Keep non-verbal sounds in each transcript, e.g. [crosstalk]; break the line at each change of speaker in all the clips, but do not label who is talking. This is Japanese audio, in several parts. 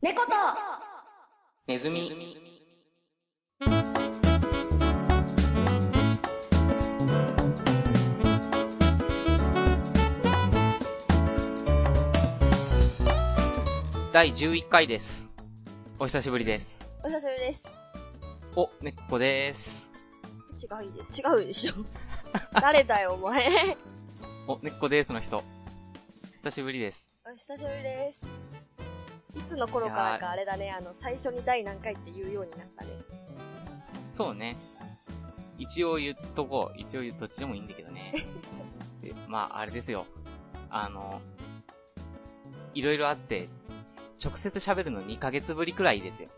猫と
ネズミ。第11回です。お久しぶりです。
お久しぶりです。
お、ねっこです。
違うで、違うでしょ。 [laughs] 誰だよ、お前。
お、ねっこですの人。久しぶりです。
お久しぶりです。いつの頃からかあれだね、あの、最初に第何回って言うようになったね。
そうね。一応言っとこう。一応言うどっちでもいいんだけど [laughs] ね。でまあ、あれですよ。あの、いろいろあって、直接喋るの2ヶ月ぶりくらいですよ。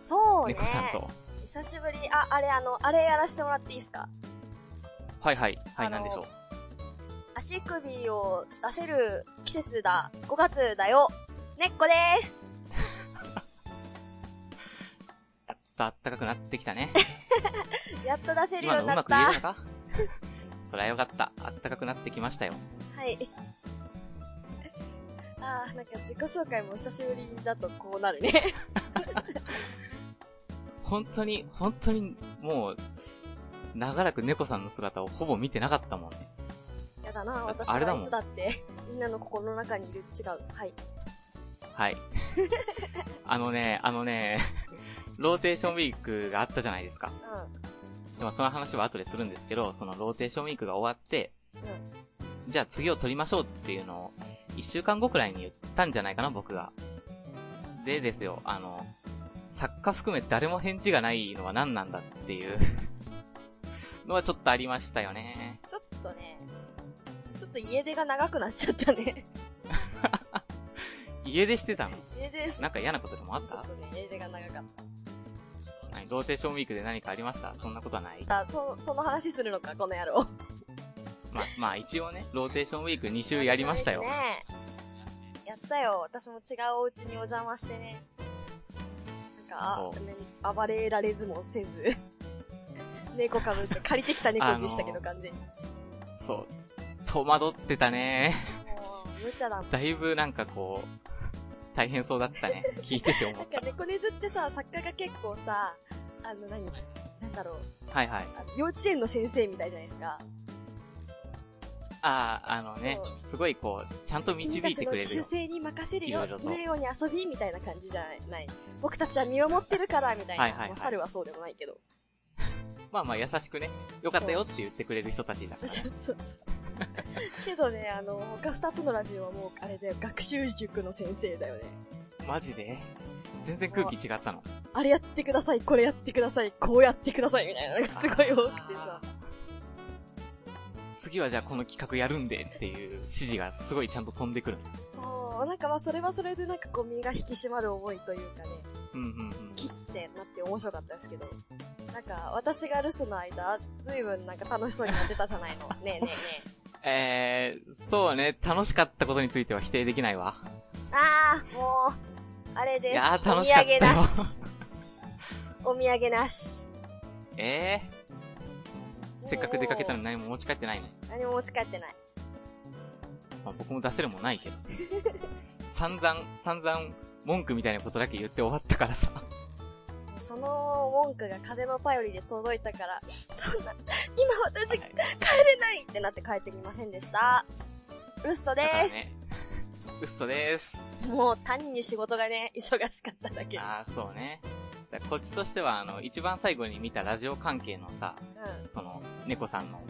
そうね。
猫さんと。
久しぶり、あ、あれ、あの、あれやらせてもらっていいですか
はいはい。は
あ
い、な
の
んでしょう。
足首を出せる季節だ。5月だよ。ねっこです。
やっとあったかくなってきたね。
やっと出せるよ
今の
うに
う
な
ま
っ
く言え
た。
たか [laughs] そりゃよかった。あったかくなってきましたよ。
はい。 [laughs] あー、なんか自己紹介も久しぶりだとこうなるね。
本当に、本当に、もう、長らく猫さんの姿をほぼ見てなかったもんね。
やだな、
だって
私
あれだ
は
もん
いつだって、 [laughs] みんなの心の中にいる。違う。はい。
はい。 [laughs] あのね、あのね、ローテーションウィークがあったじゃないですか。
う
でもその話は後でするんですけど、そのローテーションウィークが終わって、じゃあ次を撮りましょうっていうのを、一週間後くらいに言ったんじゃないかな、僕が。でですよ、あの、作家含め誰も返事がないのは何なんだっていう、のはちょっとありましたよね。
ん。ちょっとね、ちょっと家出が長くなっちゃっ
[laughs]
たね。
家出してたの
家出です。ちょ
なんか嫌なことでもあっ
ったとね、家出が長かっ
何ローテーションウィークで何かありましたそんなことはない
た。そ、その話するのか、この野郎。
まあ、まあ一応ね、ローテーションウィーク2週やりましたよ
ね。やったよ。私も違うお家にお邪魔してね。なん
そ
か、あ、ね暴れられずもせず。 [laughs] 猫かぶって、借りてきた猫でしたけど、
あ
完全に。
そう。戸惑ってたね。 [laughs]
もう、無茶だもん。
だいぶなんかこう、大変そうだったね。聞いてて思
な
っ
ん [laughs] か、猫根ずってさ、作家が結構さ、あの何、なんだろう。
た。はいはい。
あの幼稚園の先生みたいじゃないですか。
ああ、あのね
そ、
すごいこう、ちゃんと導
君
い
たち
て
の
くれ
自
る
主
よ。
性に任せる
いろ
よ
い。ろ
好
と
きなように遊びみたいな感じじゃない。僕たちは身を持ってるから、みたいな。
はいはいはい
まあ猿はそうでもないけど。
まあまあ優しくね、よかったよって言ってくれる人たちだから。
そうそうそう。けどね、あの、他二つのラジオはもう、あれだよ、学習塾の先生だよね。
マジで全然空気違ったの。
あれやってください、これやってください、こうやってください、みたいなのがすごい多くてさ
あ。ー。次はじゃあこの企画やるんでっていう指示がすごいちゃんと飛んでくる。
そう、なんかまあ、それはそれでなんかこう、身が引き締まる思いというかね。
うんうんうん。
切ってなって面白かったですけど、なんか私が留守の間、ずいぶんなんか楽しそうになってたじゃな
[laughs]
いの。ねえねえね
えー、そうね、楽しかったことについては否定できないわ。
え。ああ、もう、あれです。
いやー
お
楽し
土
かったよ
産なし。お土産なし。
えー、 [laughs] せっかく出かけたの
も
に何も持ち帰ってないね。
う何も持ち帰ってない。
まあ、僕も出せるもんない [laughs] けど。散々、散々、文句みたいなことだけ言って終わったからさ。
もうその文句が風の便りで届いたから、そんな、今私帰れないってなって帰ってきませんでした。ルストで
だから
す。
ね。嘘です。
もう単に仕事がね、忙しかっただけで
ああ、そうね。だからこっちとしては、あの、一番最後に見たラジオ関係のさ、
す。うん。
その、猫さんの、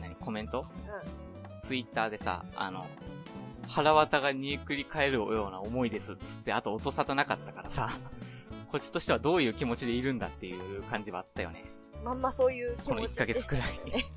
何、コメント
うん。
ツイッターでさ、あの、腹渡が煮えくり返るような思いですっつって、あと音沙汰なかったからさ、 [laughs] こっちとしてはどういう気持ちでいるんだっていう感じはあったよね。
まんまそういう気
この
持
1
ち
ヶ
で
月
し
く
た
ら
ね
い。。
[laughs]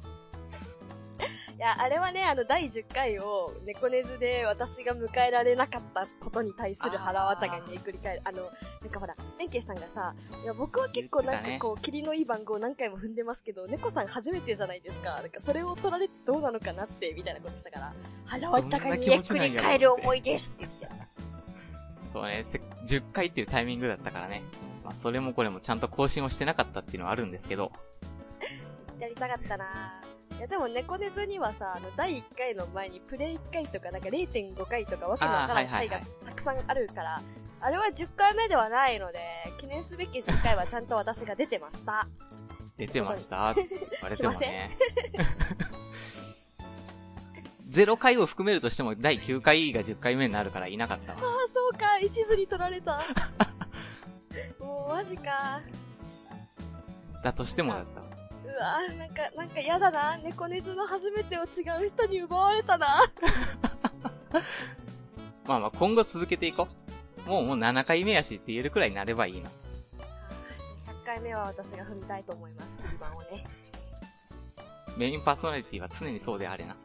いや、あれはね、あの、第10回を、猫根ズで私が迎えられなかったことに対する腹渡がね、繰り返る。あの、なんかほら、弁慶さんがさ、いや、僕は結構なんか
言ってた
こう、霧のいい番号何回も踏んでますけど、猫さん初めてじゃないですか。なんか、それを取られてどうなのかなって、みたいなことしたから、腹渡がね、繰り返る思いですって言って。
そうね、せ10回っていうタイミングだったからね。まあ、それもこれもちゃんと更新をしてなかったっていうのはあるんですけど。
やりたかったなぁ。いや、でも、猫根ズにはさ、あの、第1回の前に、プレイ1回とか、なんか0.5回とか、わけのわから
あーはい
ん回
はい
が
はい
たくさんあるから、あれは10回目ではないので、記念すべき10回はちゃんと私が出てました。
出てました。バレても
[laughs] しま
[laughs]
せ
ね。0回を含めるとしても、第9回が10回目になるからいなかったわ。
ああ、そうか、一途に取ら
[laughs]
れた。もうマジか。
だとしてもだったわ。
うわーなんか、なんか嫌だな。猫根ズの初めてを違う人に奪われたな。
まあまあ、今後続けていこう。もうもう7回目やしって言えるくらいになればいいな。
100回目は私が踏みた [laughs] いと思います、切り板をね。
メインパーソナリティは常にそうであれ
[laughs]
な。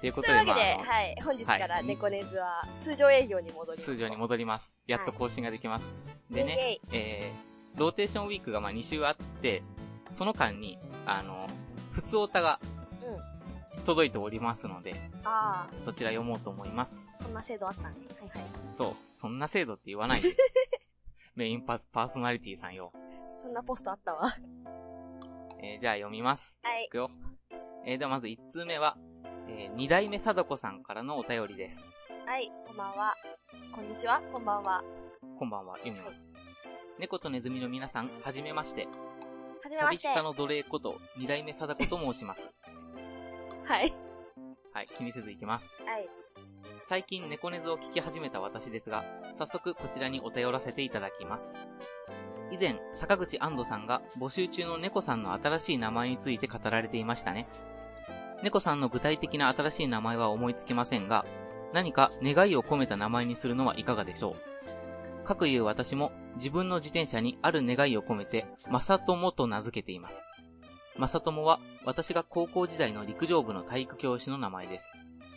ということ
い
と
う
で、
わけ
まあ
で、
あの、
はい、本日か
は
ら
い
猫根ズは通常営業に戻ります。
通常に戻ります。やっと更新ができます。でね、
ね。
えー、ローテーションウィークがまあ2週あって、その間に、あの、普通オタが
うん。
届いておりますので、
ああ、
そちら読もうと思います。
そんな制度あったね。はいはい。
そう、そんな制度って言わない
[laughs]
で。メインパパーソナリティさんよ。
そんなポストあったわ。 [laughs] は
えー、じゃあ読みます。
い
い。くよ。えー、ではまず1通目は、えー、2代目貞子さんからのお便りです。
はい、こんばんは。こんにちは、こんばんは。
こんばんは、読みます。猫とネズミの皆さん、はじめまして。
はじめま
寂
し。
してさの奴隷こと、二代目貞子と申します。
はい。
はい、気にせず行きます。
はい。
最近猫ネズを聞き始めた私ですが、早速こちらにお便らせていただきます。以前、坂口安藤さんが募集中の猫さんの新しい名前について語られていましたね。猫さんの具体的な新しい名前は思いつきませんが、何か願いを込めた名前にするのはいかがでしょう。かくいう私も自分の自転車にある願いを込めて、正友と名付けています。正友は私が高校時代の陸上部の体育教師の名前です。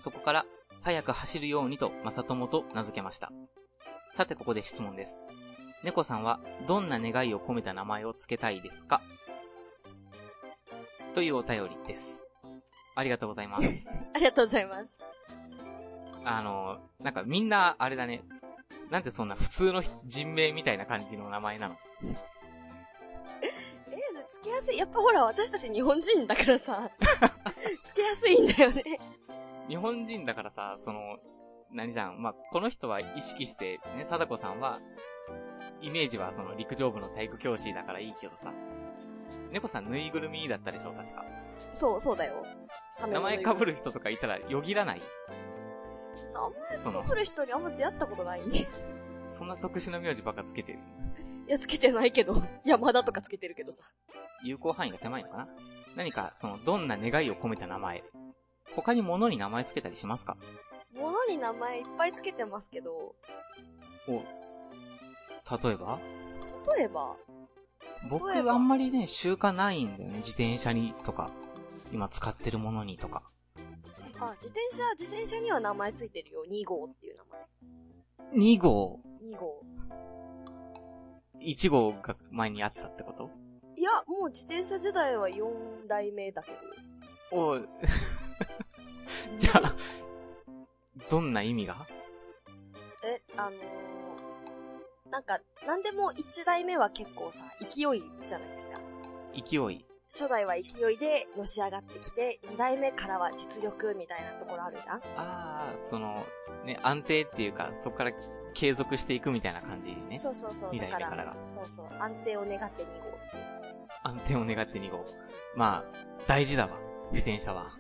そこから早く走るようにと、正友と名付けました。さて、ここで質問です。猫さんは、どんな願いを込めた名前を付けたいですかというお便りです。ありがとうございます。
ありがとうございます。
あの、なんかみんな、あれだね。なんでそんな普通の人名みたいな感じの名前なの
えー、つけやすい。やっぱほら、私たち日本人だから
[laughs]
さ、つけやすいんだよね。
日本人だからさ、その、何じゃん。まあ、この人は意識して、ね、貞子さんは、イメージはその陸上部の体育教師だからいいけどさ。猫さんぬいぐるみだったでしょ、確か。
そう、そうだよ。サメ
名
の
前被る人とかいたらよぎらない
名前被る人にあんま出会ったことない。い
そんな特殊な名字ばっかつけてる。
や、つけてないけど。山田とかつけてるけどさ。
有効範囲が狭いのかな何か、その、どんな願いを込めた名前。他に物に名前つけたりしますか
物に名前いっぱいつけてますけど、
お、例えば
例えば、
僕
例えば
あんまりね、習慣ないんだよね。自転車にとか、今使ってるものにとか。
あ、自転車、自転車には名前ついてるよ。2号っていう
2号、
名前。2号。
1号が前にあったってこと
いや、もう自転車時代は4代目だけど。
おう [laughs] じゃあ、どんな意味が
え、あのー、なんか、なんでも1代目は結構さ、勢いじゃないですか。
勢い。
初代は勢いでのし上がってきて、2代目からは実力みたいなところあるじゃん
ああ、その、ね、安定っていうか、そこから継続していくみたいな感じね。
そうそうそう。
二
だ
代目
から、
からが
そうそう。安定を願って2号っていうか
安定を願って2号。まあ、大事だわ。自転車は。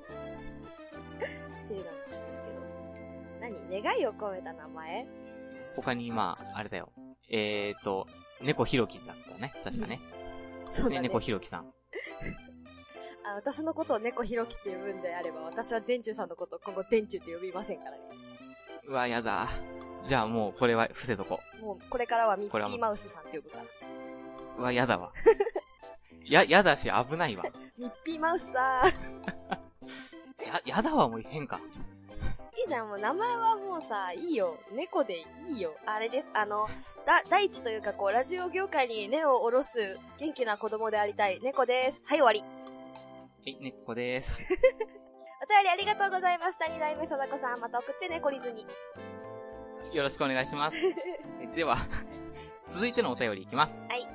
っていうのなんですけど。何願いを込めた名前
他に、まあ、あれだよ。えーと、猫ひろきだったね。確かね。
そうだ
ね
ね。
猫ひろきさん。
あ私のことを猫ひろきって呼ぶんであれば、私は電柱さんのことを今後電柱って呼びませんからね。
うわ、やだ。じゃあもう、これは伏せとこ
もう、これからはミッ
これは
キ
も
ー
う
マウスさんって呼ぶから。
う。うわ、やだわ。 [laughs] や、やだし、危ないわ。
ミッピーマウスさん。 [laughs]
や、やだわ、もう変か。
いいじゃん、もう名前はもうさ、いいよ。猫でいいよ。あれです。あの、だ、第一というか、こう、ラジオ業界に根を下ろす元気な子供でありたい。猫です。はい、終わり。
はい、猫でーす。
お便りありがとうございました。二代目貞子さん、また送ってね、懲りずに。 [laughs]
よろしくお願いします。では、 [laughs] 続いてのお便りいきます。
はい。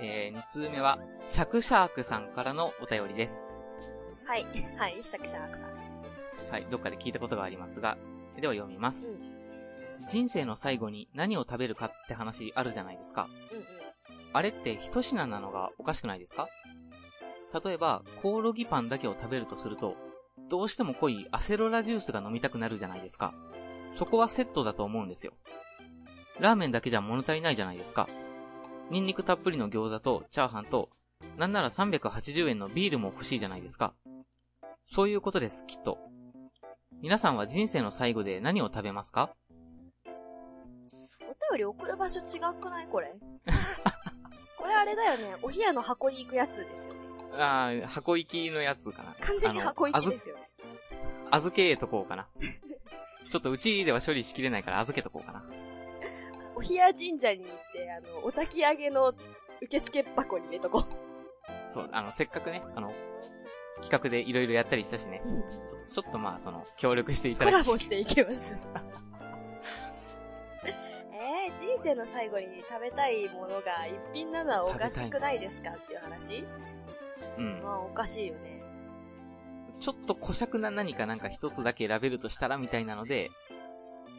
えー、2通目は、シャクシャークさんからのお便りです。
はい、はい、シャクシャクさん。
はい、どっかで聞いたことがありますが、では読みます。
う
人生の最後に何を食べるかって話あるじゃないですか。
うんうん。
あれって一品なのがおかしくないですか例えば、コオロギパンだけを食べるとすると、どうしても濃いアセロラジュースが飲みたくなるじゃないですか。そこはセットだと思うんですよ。ラーメンだけじゃ物足りないじゃないですか。ニンニクたっぷりの餃子とチャーハンと、なんなら380円のビールも欲しいじゃないですか。そういうことです、きっと。皆さんは人生の最後で何を食べますか
お便り送る場所違くない
[laughs]
これ。これあれだよね。お冷やの箱に行くやつですよね。
あー、箱行きのやつかな。
完全に箱行きですよね。
預けとこうかな。ちょっとうちでは処理しきれないから預けとこうかな。
お冷や神社に行って、あの、お焚き上げの受付箱に入れと
[laughs]
こう。
そう、あの、せっかくね、あの、企画でいろいろやったりしたしね、ちょっとまあ、その、協力してい
コ
ただ
ラ
き、
ボしていきましょう。えー、人生の最後に食べたいものが一品なのはおかしくないですかっていう話
うん。
まあ、おかしいよね。
ちょっと小尺な何かなんか一つだけ選べるとしたらみたいなので、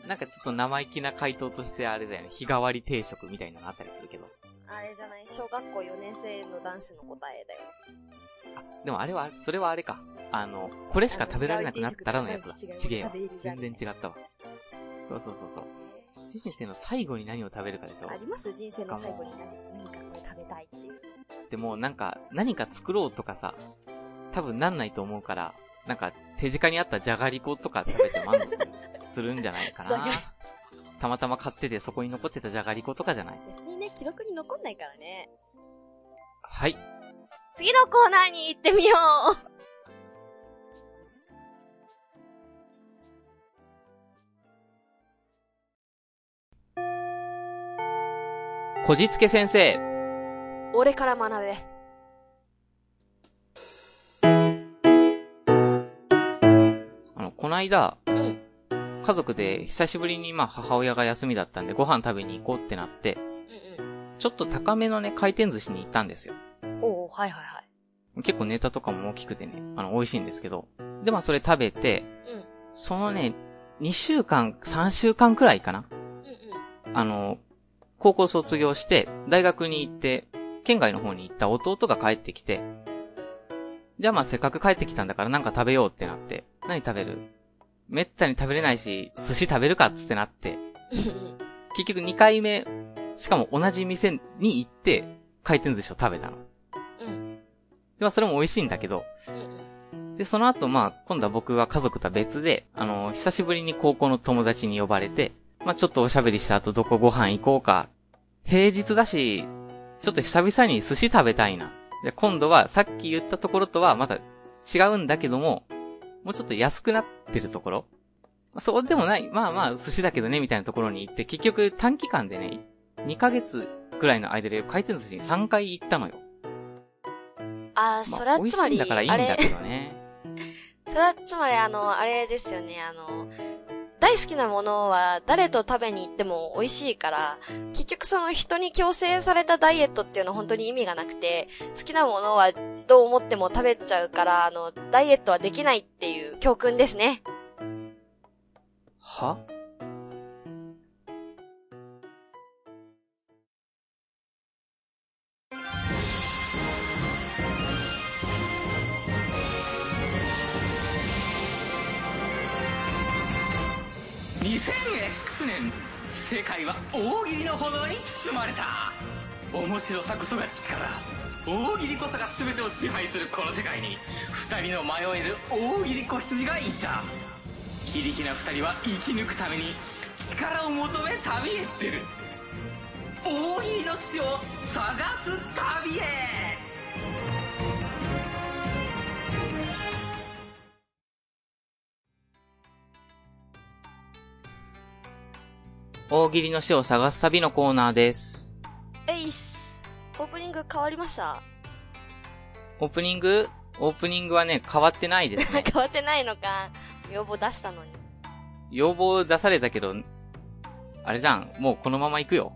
なんかちょっと生意気な回答としてあれだよね、日替わり定食みたいなのあったりするけど。
あれじゃない、小学校4年生の男子の答えだよ。
あ、でもあれは、それはあれか。あの、これしか食べられなくなったらのやつだ。
違う
ちげえわ
食べれるじゃ
全
ん
然違ったわ。そうそうそうそう。人生の最後に何を食べるかでしょ
あります人生の最後に何何かこれ食べたいっていう。
でもなんか、何か作ろうとかさ、多分なんないと思うから、なんか、手近にあったじゃがりことか食べて満足するんじゃないか
[laughs] じゃが
な。たまたま買っててそこに残ってたじゃがりことかじゃない
別にね、記録に残んないからね。
はい。
次のコーナーに行ってみよう
こじつけ先生。
俺から学べ。
あの、こないだ、
ん
家族で久しぶりにまあ母親が休みだったんでご飯食べに行こうってなって、
うん
ちょっと高めのね、回転寿司に行ったんですよ。
うん。おおはいはいは
結構ネタとかも大きくてね、あの、美味しいんですけど。で、まあそれ食べて、
うん
そのね、2週間、3週間くらいかな。
い。うんうん。
あの、高校卒業して、大学に行って、県外の方に行った弟が帰ってきて、じゃあまあせっかく帰ってきたんだからなんか食べようってなって、何食べるめったに食べれないし、寿司食べるかっつってなって、結局2回目、しかも同じ店に行って、回転寿司を食べたの。
うん
で、まあそれも美味しいんだけど、で、その後、まあ、今度は僕は家族とは別で、あの、久しぶりに高校の友達に呼ばれて、まあ、ちょっとおしゃべりした後、どこご飯行こうか。平日だし、ちょっと久々に寿司食べたいな。で、今度は、さっき言ったところとはまた違うんだけども、もうちょっと安くなってるところ。まあ、そうでもない。まあまあ、寿司だけどね、みたいなところに行って、結局短期間でね、2ヶ月くらいの間で回転寿司に3回行ったのよ。
あー、
まあ
それはつま
美味しい
り、
んだからいいん
あ
だ
れ、
けどね。
それはつまりあの、あれですよね、あの、大好きなものは誰と食べに行っても美味しいから、結局その人に強制されたダイエットっていうのは本当に意味がなくて、好きなものはどう思っても食べちゃうから、あの、ダイエットはできないっていう教訓ですね。
は
2000X 年世界は大喜利の炎に包まれた面白さこそが力大喜利こそが全てを支配するこの世界に2人の迷える大喜利子羊がいた非力な2人は生き抜くために力を求め旅へ出る大喜利の死を探す旅へ
大喜利の死を探す旅のコーナーです。
えいっす。オープニング変わりました
オープニングオープニングはね、変わってないです
[laughs] 変
ね。
わってないのか。要望出したのに。
要望出されたけど、あれじゃん、もうこのまま行くよ。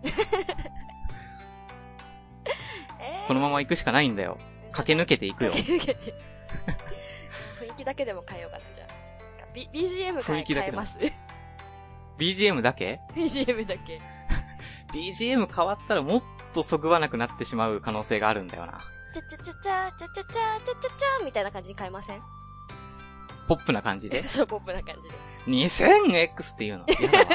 えー、
このまま行くしかないんだよ。駆け抜けていくよ。
駆け抜けて。雰囲気だけでも変えようかな、じゃあ。B、BGM 変
雰
え
囲気だけで
変え
も
ます。
BGM だけ
BGM だけ。
?BGM 変わったらもっとそぐわなくなってしまう可能性があるんだよな。
ちゃちゃちゃちゃ、ちゃちゃちゃ、ちゃちゃちゃ、みたいな感じに変えません
ポップな感じで。
そう、ポップな感じで。
2000X っていうの。やだわ。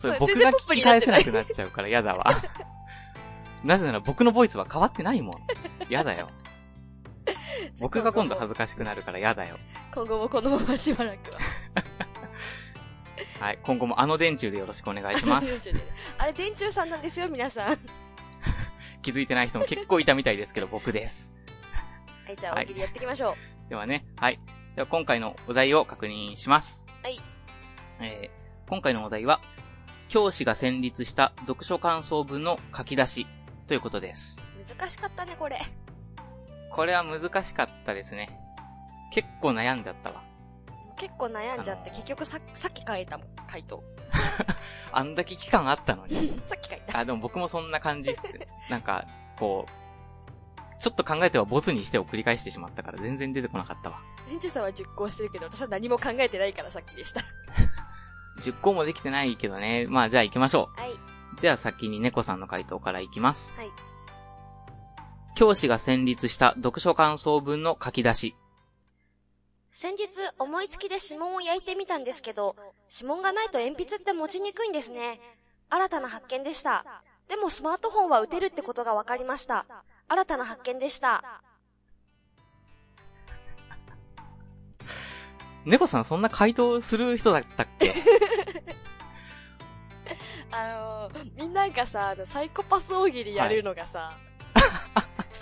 それ
そう
僕が
全然ポッ
聞
プ
き
になっ
返
て
せ
な
ないくなっちゃうからやだわ。 [laughs] なぜなら僕のボイスは変わってないもん。やだよ。僕が今度恥ずかしくなるからやだよ。
今後もこのまましばらくは。
はい、今後もあの電柱でよろしくお願いしま
[laughs]
す。
電柱であれ、電柱さんなんですよ、皆さん。
気づいてない人も結構いたみたいですけど、僕です。
はい、じゃあ、
はい
大喜利やっていきましょう。
ではね、はい。では今回のお題を確認します。
はい。
えー、今回のお題は、教師が選立した読書感想文の書き出しということです。
難しかったね、これ。
これは難しかったですね。結構悩んじゃったわ。
結構悩んじゃって、
あのー
結局ささっき書いたもん、回答。
あんだけ期間あったの
[laughs]
に。
さっき書いた。
あ、でも僕もそんな感じっす。なんか、こう、ちょっと考えてはボツにしてを繰り返してしまったから全然出てこなかったわ。
電柱さんは熟考してるけど、私は何も考えてないからさっきでした。
10個もできてないけどね。まあじゃあ行きましょう。
はい。
じゃあ先に猫さんの回答からいきます。
はい。
教師が選立した読書感想文の書き出し。
先日、思いつきで指紋を焼いてみたんですけど、指紋がないと鉛筆って持ちにくいんですね。新たな発見でした。でもスマートフォンは打てるってことが分かりました。新たな発見でした。
猫さんそんな回答する人だったっけ
[laughs] あのー、みんながさ、あの、サイコパス大喜利やるのがさ、好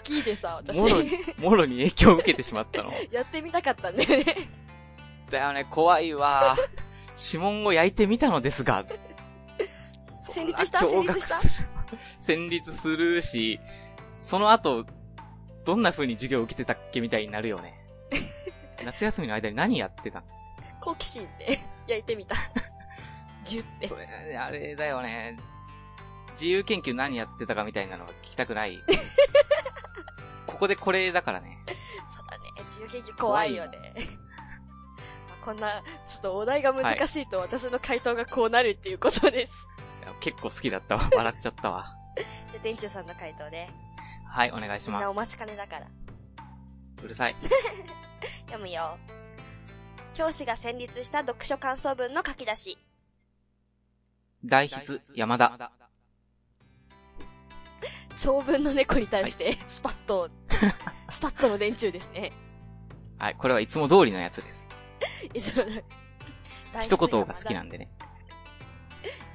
きでさ、私
も、ろにもろに影響を受けてしまったの。
[laughs] やってみたかったんだよね。
だよね、怖いわ。指紋を焼いてみたのですが。
成立した
そんな驚愕
成立した
する成立するし、その後、どんな風に授業を受けてたっけみたいになるよね。夏休みの間に何やってたの
好奇心で焼いてみた。ジュって
そ。れ、あれだよね。自由研究何やってたかみたいなのは聞きたくない。ここでこれだからね。
そうだね。自由研究怖いよね。まあこんな、ちょっとお題が難しいと私の回答がこうなるっていうことです。
いや結構好きだったわ。笑っちゃったわ。
じゃあ、店長さんの回答で。
はい、お願いし
みんな
ま
お待ちかねだから。
す。うるさい。
読むよ。教師が戦慄した読書感想文の書き出し。
大筆、山田。
長文の猫に対して、スパッと、スパッとの電柱ですね。
はい、これはいつも通りのやつです。
いつもの。
一言が好きなんでね。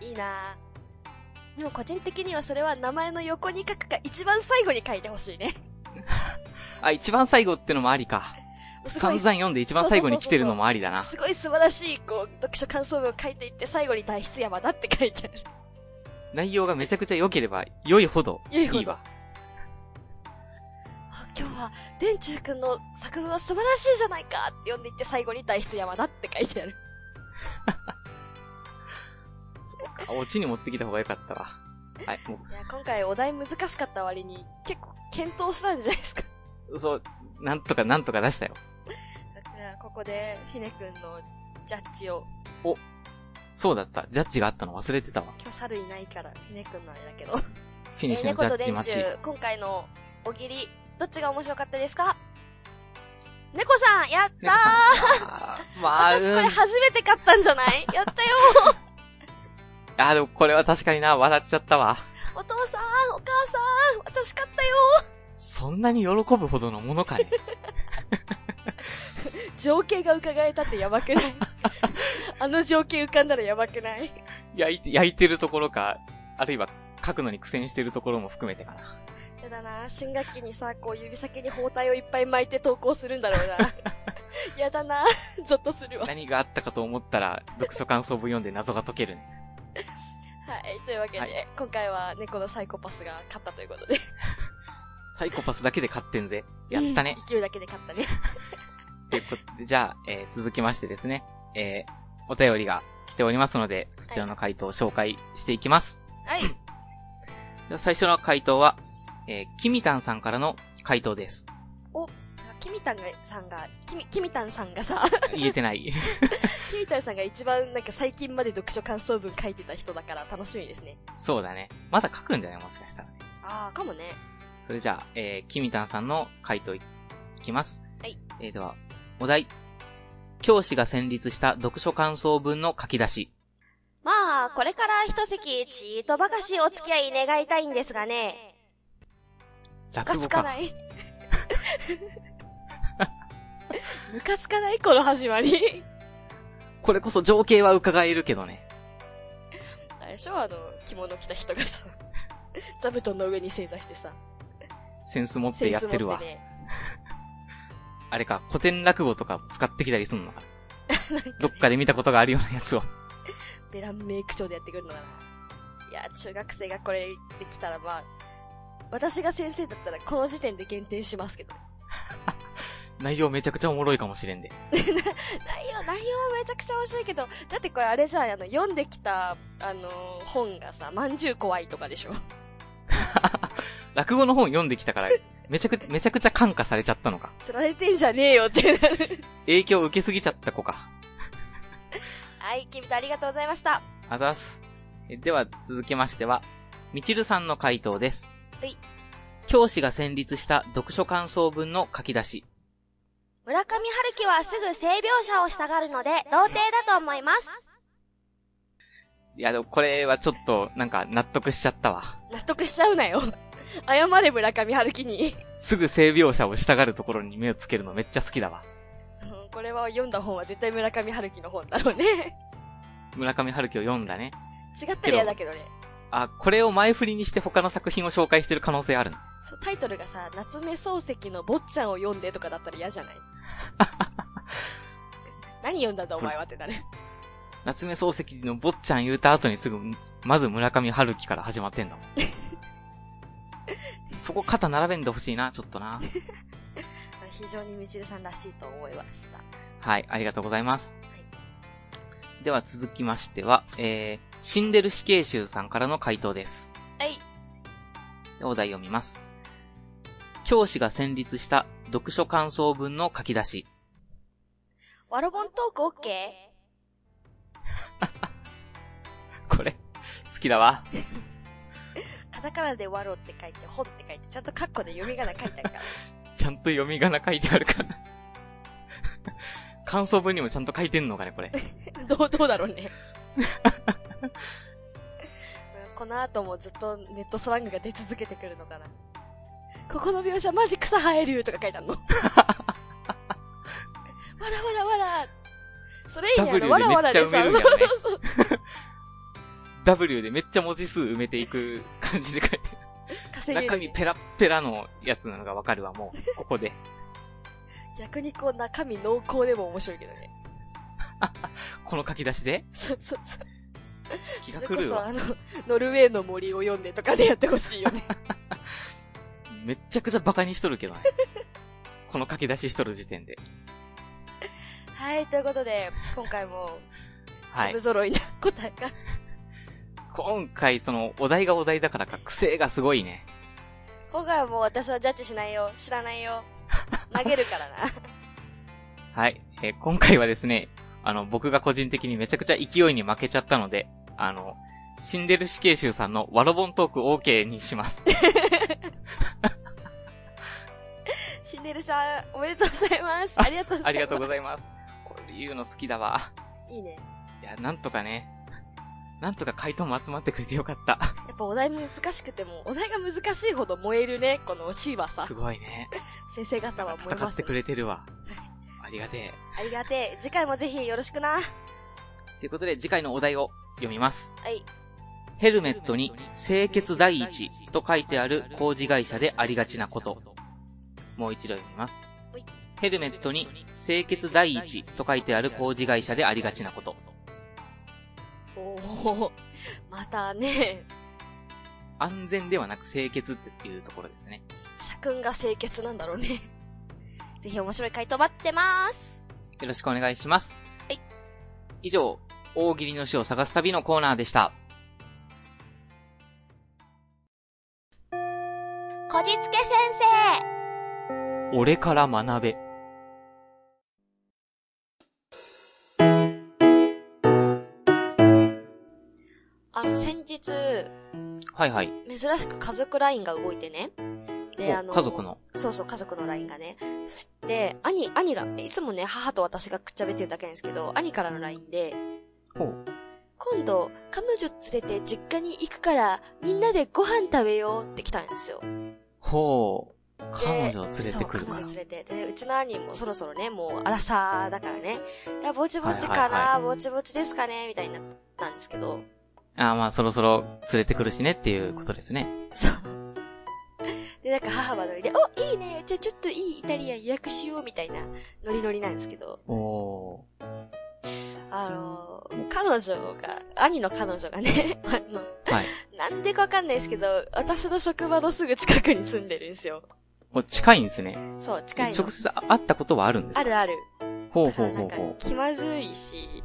いいなぁ。でも個人的にはそれは名前の横に書くか一番最後に書いてほしいね。
あ、一番最後ってのもありか。
すご
散々
い、す
読んで一番最後に来てるのもありだ
[laughs]
な。
ごい素晴らしい、こう、読書感想文を書いていって最後に代筆山だって書いてある。
内容がめちゃくちゃ良ければ良いほどい
良いほど
いわ。
あ今日は、電柱くんの作文は素晴らしいじゃないかって読んでいって最後に代筆山だって書いてある。
あオチに持ってきた方が良かったわ。はい、も
[laughs] いや、今回お題難しかった割に結構検討したんじゃないですか。
う、そう、なんとかなんとか出したよ。
じゃあここで、ひねくんのジャッジを、
そうだった。ジャッジがあったの忘れてたわ。
今日猿いないから、ひねくんのあれだけど。 [laughs]
フィニッシュの
猫
ジ
と
ャッジ
電
待ち。
柱、今回のおぎり、どっちが面白かったですか猫さん、やったー
あーまあ、
私こ
う
れ
ん
初めて買ったんじゃ
[laughs]
ないやったよ
あー、でもこれは確かにな、笑っちゃったわ。
ーお父さん、お母さん、私買ったよ
そんなに喜ぶほどのものかね。
情景が伺えたってやば [laughs] くないあの情景浮かんだらやばくない
焼いて、焼いてるところか、あるいは書くのに苦戦してるところも含めてかな。
やだな新学期にさ、こう指先に包帯をいっぱい巻いて投稿するんだろうな。 [laughs] やだなゾッとするわ。は
[laughs] 何があったかと思ったら、読書感想文読んで謎が解けるね。
い、というわけで、
はい
今回は猫のサイコパスが勝ったということで。
サイコパスだけで勝ってんぜ。やったね。。
勢いだけで勝ったね。
ということで、じゃあ、えー続きましてですね、えーお便りが来ておりますので、そちらの回答を紹介していきます。
はい。
じゃあ最初の回答は、えー、キミタンさんからの回答です。
あキミタンが、さんが、キミ、キミタンさんがさ、 [laughs]
言えてない。 [laughs]
キミタンさんが一番なんか最近まで読書感想文書いてた人だから楽しみですね。
そうだね。まだ書くんじゃないもしかしたらね。
ああ、かもね。
それじゃあ、えー、キミタンさんの回答いきます。
はい。
えー、では、お題。教師が戦立した読書感想文の書き出し。
まあ、これから一席、ちーとばかしお付き合い願いたいんですがね。
ムカ
落語
つかな
か。
い。ムカつかないこの始まり。
これこそ情景は伺えるけどね。
あれでしょあの、着物着た人がさ、座布団の上に正座してさ、
センス持っ
セ
て
ン
やっ
ス持
てる
っ
わ。
てね、
あれか、古典落語とか使ってきたりすんの
[laughs]
か。どっかで見たことがあるようなやつを。
ベランメイク長でやってくるのかな。いや、中学生がこれできたらまあ、私が先生だったらこの時点で限定しますけど。
内容めちゃくちゃおもろいかもしれんで。 [laughs]
内容、内容めちゃくちゃ面白いけど、だってこれあれじゃあ、あの、読んできた、あの、本がさ、まんじゅう怖いとかでしょ
落語の本読んできたから、めちゃく、めちゃくちゃ感化されちゃったのか。
釣られてんじゃねえよってなる。
影響受けすぎちゃった子か。
はい、キミタンありがとうございました。
あざっす。えでは、続きましては、みちるさんの回答です。
はい。
教師が戦立した読書感想文の書き出し。
村上春樹はすぐ性描写をしたがるので、童貞だと思います。
いや、でもこれはちょっと、なんか、納得しちゃったわ。
納得しちゃうなよ。 [laughs] 謝れ村上春樹に。 [laughs]
すぐ性描写をしたがるところに目をつけるのめっちゃ好きだわ。
うんこれは読んだ本は絶対村上春樹の本だろうね。 [laughs]
村上春樹を読んだね。
違ったら嫌だけどね。
あ、これを前振りにして他の作品を紹介してる可能性あるな。
そうタイトルがさ、夏目漱石の坊ちゃんを読んでとかだったら嫌じゃない [laughs] 何読んだんだお前はってなる。
夏目漱石の坊っちゃん言うた後にすぐ、まず村上春樹から始まってんだもん。そこ肩並べんでほしいな、ちょっとな。
[laughs] 非常にみちるさんらしいと思いました。
はい、ありがとうございます。では続きましては、えー、死んでる死刑囚さんからの回答です。
はい。
お題を見ます。教師が戦立した読書感想文の書き出し。
ワロボントークオッケー
これ、好きだわ。
カタカナでワロって書いて、本って書いて、ちゃんとカッコで読み仮名書いてあるから。
ちゃんと読み仮名書いてあるから。 [laughs] 感想文にもちゃんと書いてんのかね、これ。 [laughs]
どう、どうだろうね。 [laughs] この後もずっとネットスラングが出続けてくるのかな。ここの描写マジ草生えるとか書いて
[laughs]
あるの。わらわらわら。それいいや
W で
ろ、わらわらでさ、
めっ
そ
ち
う
ゃ埋めるんだよね
そうそう。
W でめっちゃ文字数埋めていく感じで書いて
稼げ
中
る、
身
ね。
ペラッペラのやつなのがわかるわ、もう。ここで。
逆にこう中身濃厚でも面白いけどね。
この書き出しで
そうそうそう。
気
そ
が狂
れこ
う
そ
わ。
あの、ノルウェーの森を読んでとかでやってほしいよね。
めっちゃくちゃバカにしとるけどね。この書き出ししとる時点で。
はい、ということで、今回も、
はい
粒。揃いな答えが。
今回、その、お題がお題だからか、癖がすごいね。
今回はもう私はジャッジしないよ。知らないよ。投げるか
[laughs]
らな。
はい。えー今回はですね、あの、僕が個人的にめちゃくちゃ勢いに負けちゃったので、あの、死んでる死刑囚さんのワロボントーク OK にします。
シンデレさん、おめでとうございます。ありがとうござ
あ
います。
りがとうございます。これ言うの好きだわ。
いいね。
いや、なんとかね、なんとか回答も集まってくれてよかった。
やっぱお題難しくても、お題が難しいほど燃えるね、この C はさ
す。ごいね。
先生方は燃え
戦
ま
っ
す
てく
ね。
れてるわ。ありがてえ。
ありがてえ。次回もぜひよろしくな。
ということで、次回のお題を読みます。
はい。
ヘルメットに清潔第一と書いてある工事会社でありがちなこと。もう一度読みます
はい。
ヘルメットに清潔第一と書いてある工事会社でありがちなこと。
おー、またね、
安全ではなく清潔っていうところですね。
社訓が清潔なんだろうね。ぜひ面白い回答待ってます。
よろしくお願いします。
はい。
以上、大喜利の死を探す旅のコーナーでした。
こじつけ先
俺から学べ。
あの、先日、
はいはい。
珍しく家族 LINE が動いてね。で、
お
あの、
家族の。
そうそう、家族の LINE がね。そして、兄、兄が、いつもね、母と私がくっちゃべってるだけなんですけど、兄からの LINE で、
ほう
今度、彼女連れて実家に行くから、みんなでご飯食べようって来たんですよ。
ほう。彼
で
女を連れてくるか
そう、彼
ら。
女連れて。で、うちの兄もそろそろね、もう、荒さだからね。いや、ぼちぼちかな、
はいはい
ぼちぼちですかね、みたいになったんですけど、
ああ、まあそろそろ連れてくるしねっていうことですね。
そう。で、なんか母はノリで、お、いいね、じゃあちょっといいイタリアン予約しよう、みたいなノリノリなんですけど、
おー。
あのー、彼女が、兄の彼女がね、 [laughs] あの、
はい。 [laughs]
なんでかわかんないですけど、私の職場のすぐ近くに住んでるんですよ。
もう近いんですね。
そう、近いの
直。接会ったことはあるんですか
あるある。
ほう
だか
ほ
ら
う
な
ほうん
か
ほう、。
気まずいし、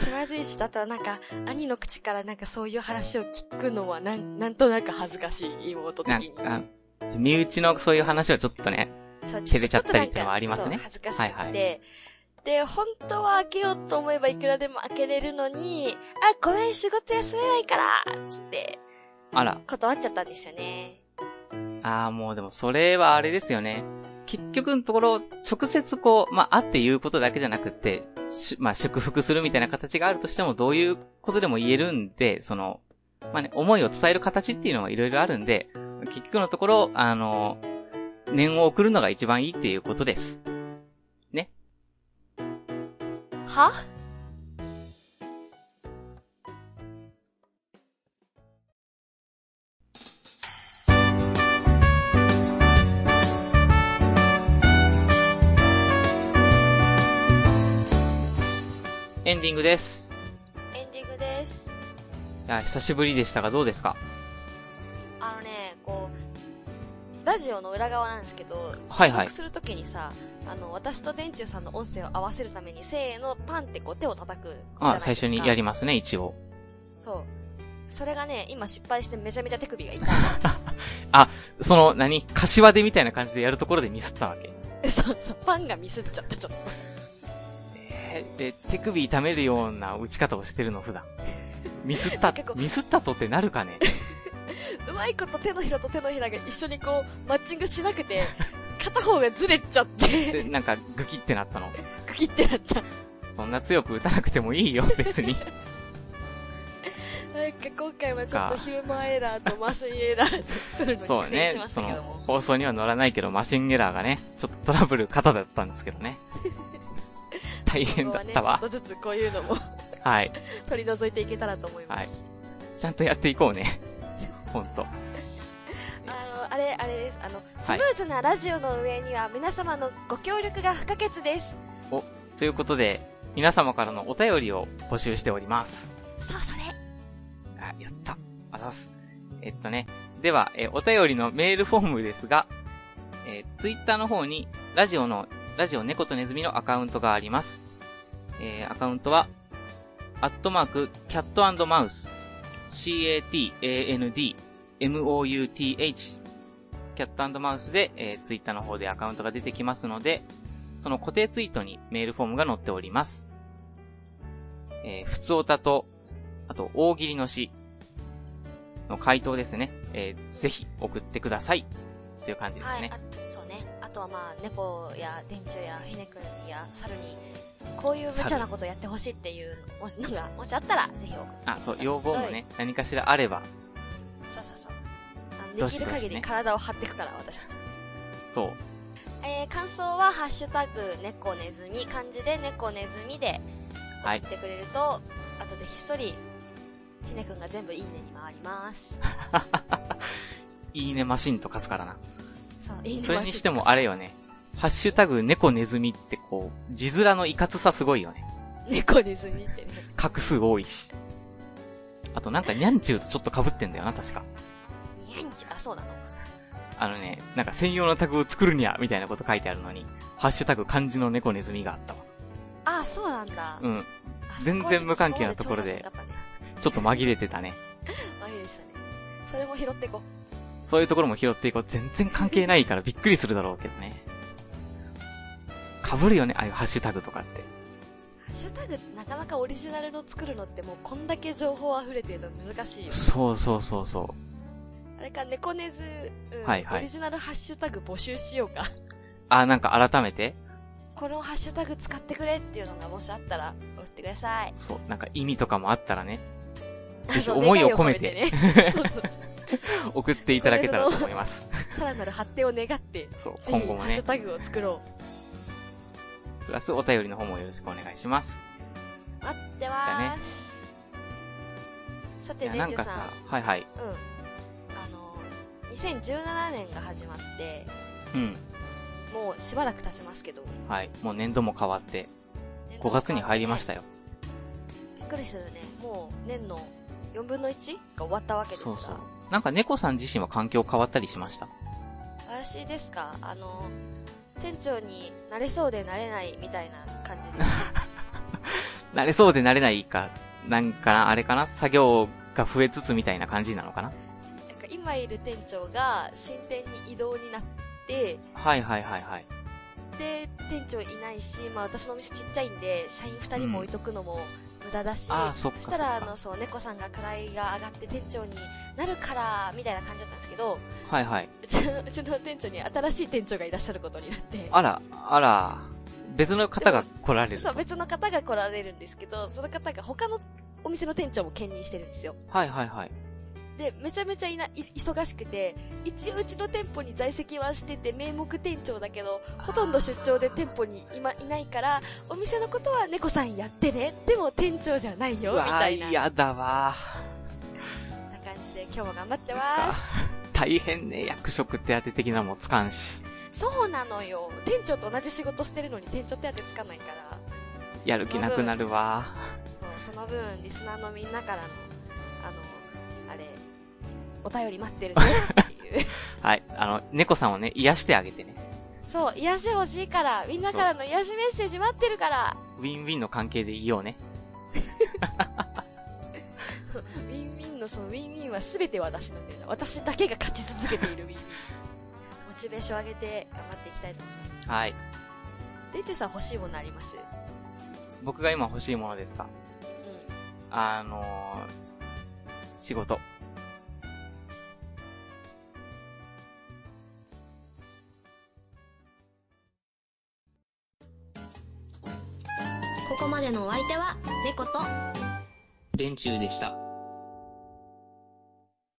気まずいし、あとはなんか、兄の口からなんかそういう話を聞くのは、なん、なんとなく恥ずかしい、妹的
[laughs] なん
に。
か、身内のそういう話をちょっとね、
そう
照れちゃったりってのはありますね
ちょっとなんかそう恥ずかしくて。
はいはい
で、本当は開けようと思えばいくらでも開けれるのに、あ、ごめん、仕事休めないからつって、
あら、
断っちゃったんですよね。
ああ、もうでもそれはあれですよね。結局のところ、直接こう、まあ、会って言うことだけじゃなくて、しまあ、祝福するみたいな形があるとしても、どういうことでも言えるんで、その、まあね、思いを伝える形っていうのはいろいろあるんで、結局のところ、あの、念を送るのが一番いいっていうことです。
は
エンディングです。
エンディングです。
いや、久しぶりでしたが、どうですか
あのね、こう、ラジオの裏側なんですけど、
はいはい
収録するときにさ、あの、私と電柱さんの音声を合わせるために、せーの、パンってこう手を叩くじゃない
あ
ですか。
最初にやりますね、一応。
そう。それがね、今失敗してめちゃめちゃ手
[laughs]
首が痛い。
その、何柏でみたいな感じでやるところでミスったわけ。
そうそう、パンがミスっちゃってちょっと。
えーで、手首痛めるような打ち方をしてるの、
[laughs]
普段。ミスっ
な
た
んかこ、う
ミスったとってなるかね
[laughs] うまいこと手のひらと手のひらが一緒にこう、マッチングしな
[laughs]
くて、片方がずれちゃって、
で、なんか、グキってなったの。
区切ってなった。
そんな強く打たなくてもい
[laughs]
いよ、別に。
なんか今回はちょっとヒューマンエラーとマシンエラーと取る
[laughs]
の
そう
に苦戦
ね
しま。し
そ
たけ
の
ども。、
放送には乗らないけど、マシンエラーがね、ちょっとトラブル方だったんですけど
[laughs]
ね。大変だ
今後は
っ
ね、ち
た
ょっ
わ
と。ずつこういうのも
はい。
取り除いていけたらと思います。
はいちゃんとやっていこうね。ほんと。
あの、あれ、あれです。あの、スムーズなラジオの上には皆様のご協力が不可欠です。
ということで、皆様からのお便りを募集しております。
そう、それ。
あ、やった。あざっす。えっとね。では、えーお便りのメールフォームですが、えツイッター Twitter の方に、ラジオの、ラジオ猫とネズミのアカウントがあります。えーアカウントは、アットマーク、キャットマウス、cat, and, mouth, キャットマウスで、えツイッター Twitter の方でアカウントが出てきますので、その固定ツイートにメールフォームが載っております。えー、普通おたと、あと、大喜利の詩の回答ですね。えーぜひ送ってください。という感じですね。
はい、あそうね。あとはまあ、猫や電柱やひねくんや猿に、こういう無茶なことやってほしいっていうのもしのが、もしあったら、ぜひ送ってくだ
あ、
さい。
そう、要望もね、何かしらあれば、
そうそうそう。あの
ど
で
し
き
ど
る
しね
限り体を張っていくから、私たち。
そう、
えー、感想は、ハッシュタグ、猫ネズミ、漢字で猫ネズミで、送
はい
ってくれると、後でひっそり、ひねくんが全部いいねに回
[laughs]
ります。
いいねマシンとかすからな。
そう、いいね
それにしても
あ
あれよね、ハッシュタグ猫ネズミってこう、字面のいかつさすごいよね。
猫ネズミってね。
画数多いし。あとなんかニャンチューとちょっと被ってんだよな、確か。
いやんち、あ、そうなの。
あのね、なんか専用のタグを作るにゃ、みたいなこと書いてあるのに、ハッシュタグ漢字の猫ネズミがあったわ。
あ、そうなんだ。
うん。
あ
全然無関係なところで
そこはちょっそこま調査しなかったね
ちょっと紛れてたね。
あ、いいですよね。それも拾っていこう。
そういうところも拾っていこう。全然関係ないからびっくりするだろうけどね。被るよね、ああいうハッシュタグとかって。
ッシュタグなかなかオリジナルの作るのってもうこんだけ情報溢れてると難しいよ
そうそうそうそ
あれか猫根ず、うん
はいはい
オリジナルハッシュタグ募集しようか
う。あ、なんか改めて、
このハッシュタグ使ってくれっていうのがもしあったら送ってください
そう、なんか意味とかもあったらね、ぜひ
あの
思いを
願
込めて [laughs]
ねそうそう
送っていただけたらと思い
[laughs]
ます。
さらなる発展を願って
そう、
ぜひハ
今後も
ッシ
ね
ュ、タグを作ろ
プラスお便りの方もよろしくお願いします。
う待ってます、さ
い
て
や、な
デン
ん
ジュ
か
さ
さ
ん、
はいはい。
うん。あの、2017年が始まって、
うん。
もうしばらく経ちますけど。
はい。もう年度も変わって、5月に入りました
よ。
よ。
びっくりするね。もう年の4分の1が終わったわけですが。
そうそう。なんか猫さん自身は環境変わったりしました。
私ですかあの、店長になれそうでなれないみたいな感じで。
慣れそうで慣れないか、なんかな、あれかな作業が増えつつみたいな感じなのかな
なんか今いる店長が新店に異動になって、
はいはいはいはい。
で、店長いないし、まあ私のお店ちっちゃいんで、社員2人も置いとくのも無駄だし、
あーそっか
したら、あ
そっか
の、そう、猫さんが位が上がって店長になるから、みたいな感じだったんですけど、
はいはい。
うちの、うちの店長に新しい店長がいらっしゃることになって、
あら、あら、別の方が来られる。
そう、別の方が来られるんですけど、その方が他のお店の店長も兼任してるんですよ。
はいはいはい。
で、めちゃめちゃいない忙しくて、一応うちの店舗に在籍はしてて、名目店長だけど、ほとんど出張で店舗に今いないから、お店のことは猫さんやってね。でも店長じゃないうよ、み
わ
たいな
ー、やだわ
な感じで今日も頑張って
ー。
ます。
大変ね、役職手当て的なもんつかんし。
そうなのよ。店長と同じ仕事してるのに店長手当てつかないから。
やる気なくなるわ
そう、その分、リスナーのみんなからの、あの、あれ、お便り待ってるねって [laughs] いう。
ー。はい。あの、猫さんをね、癒してあげてね。
そう、癒し欲しいから、みんなからの癒しメッセージ待ってるから。
ウィンウィンの関係でいようね。
ウィンウィンのそのウィンウィンは全て私なんだよな。私だけが勝ち続けているウィンウ [laughs] ィン。モチベーション上げて頑張っていきたいと思います。
はい。
デンチューさん欲しいものあります
僕が今欲しいものですか
うん。
あのー、仕事。
ここまでのお相手は猫と
電柱でした。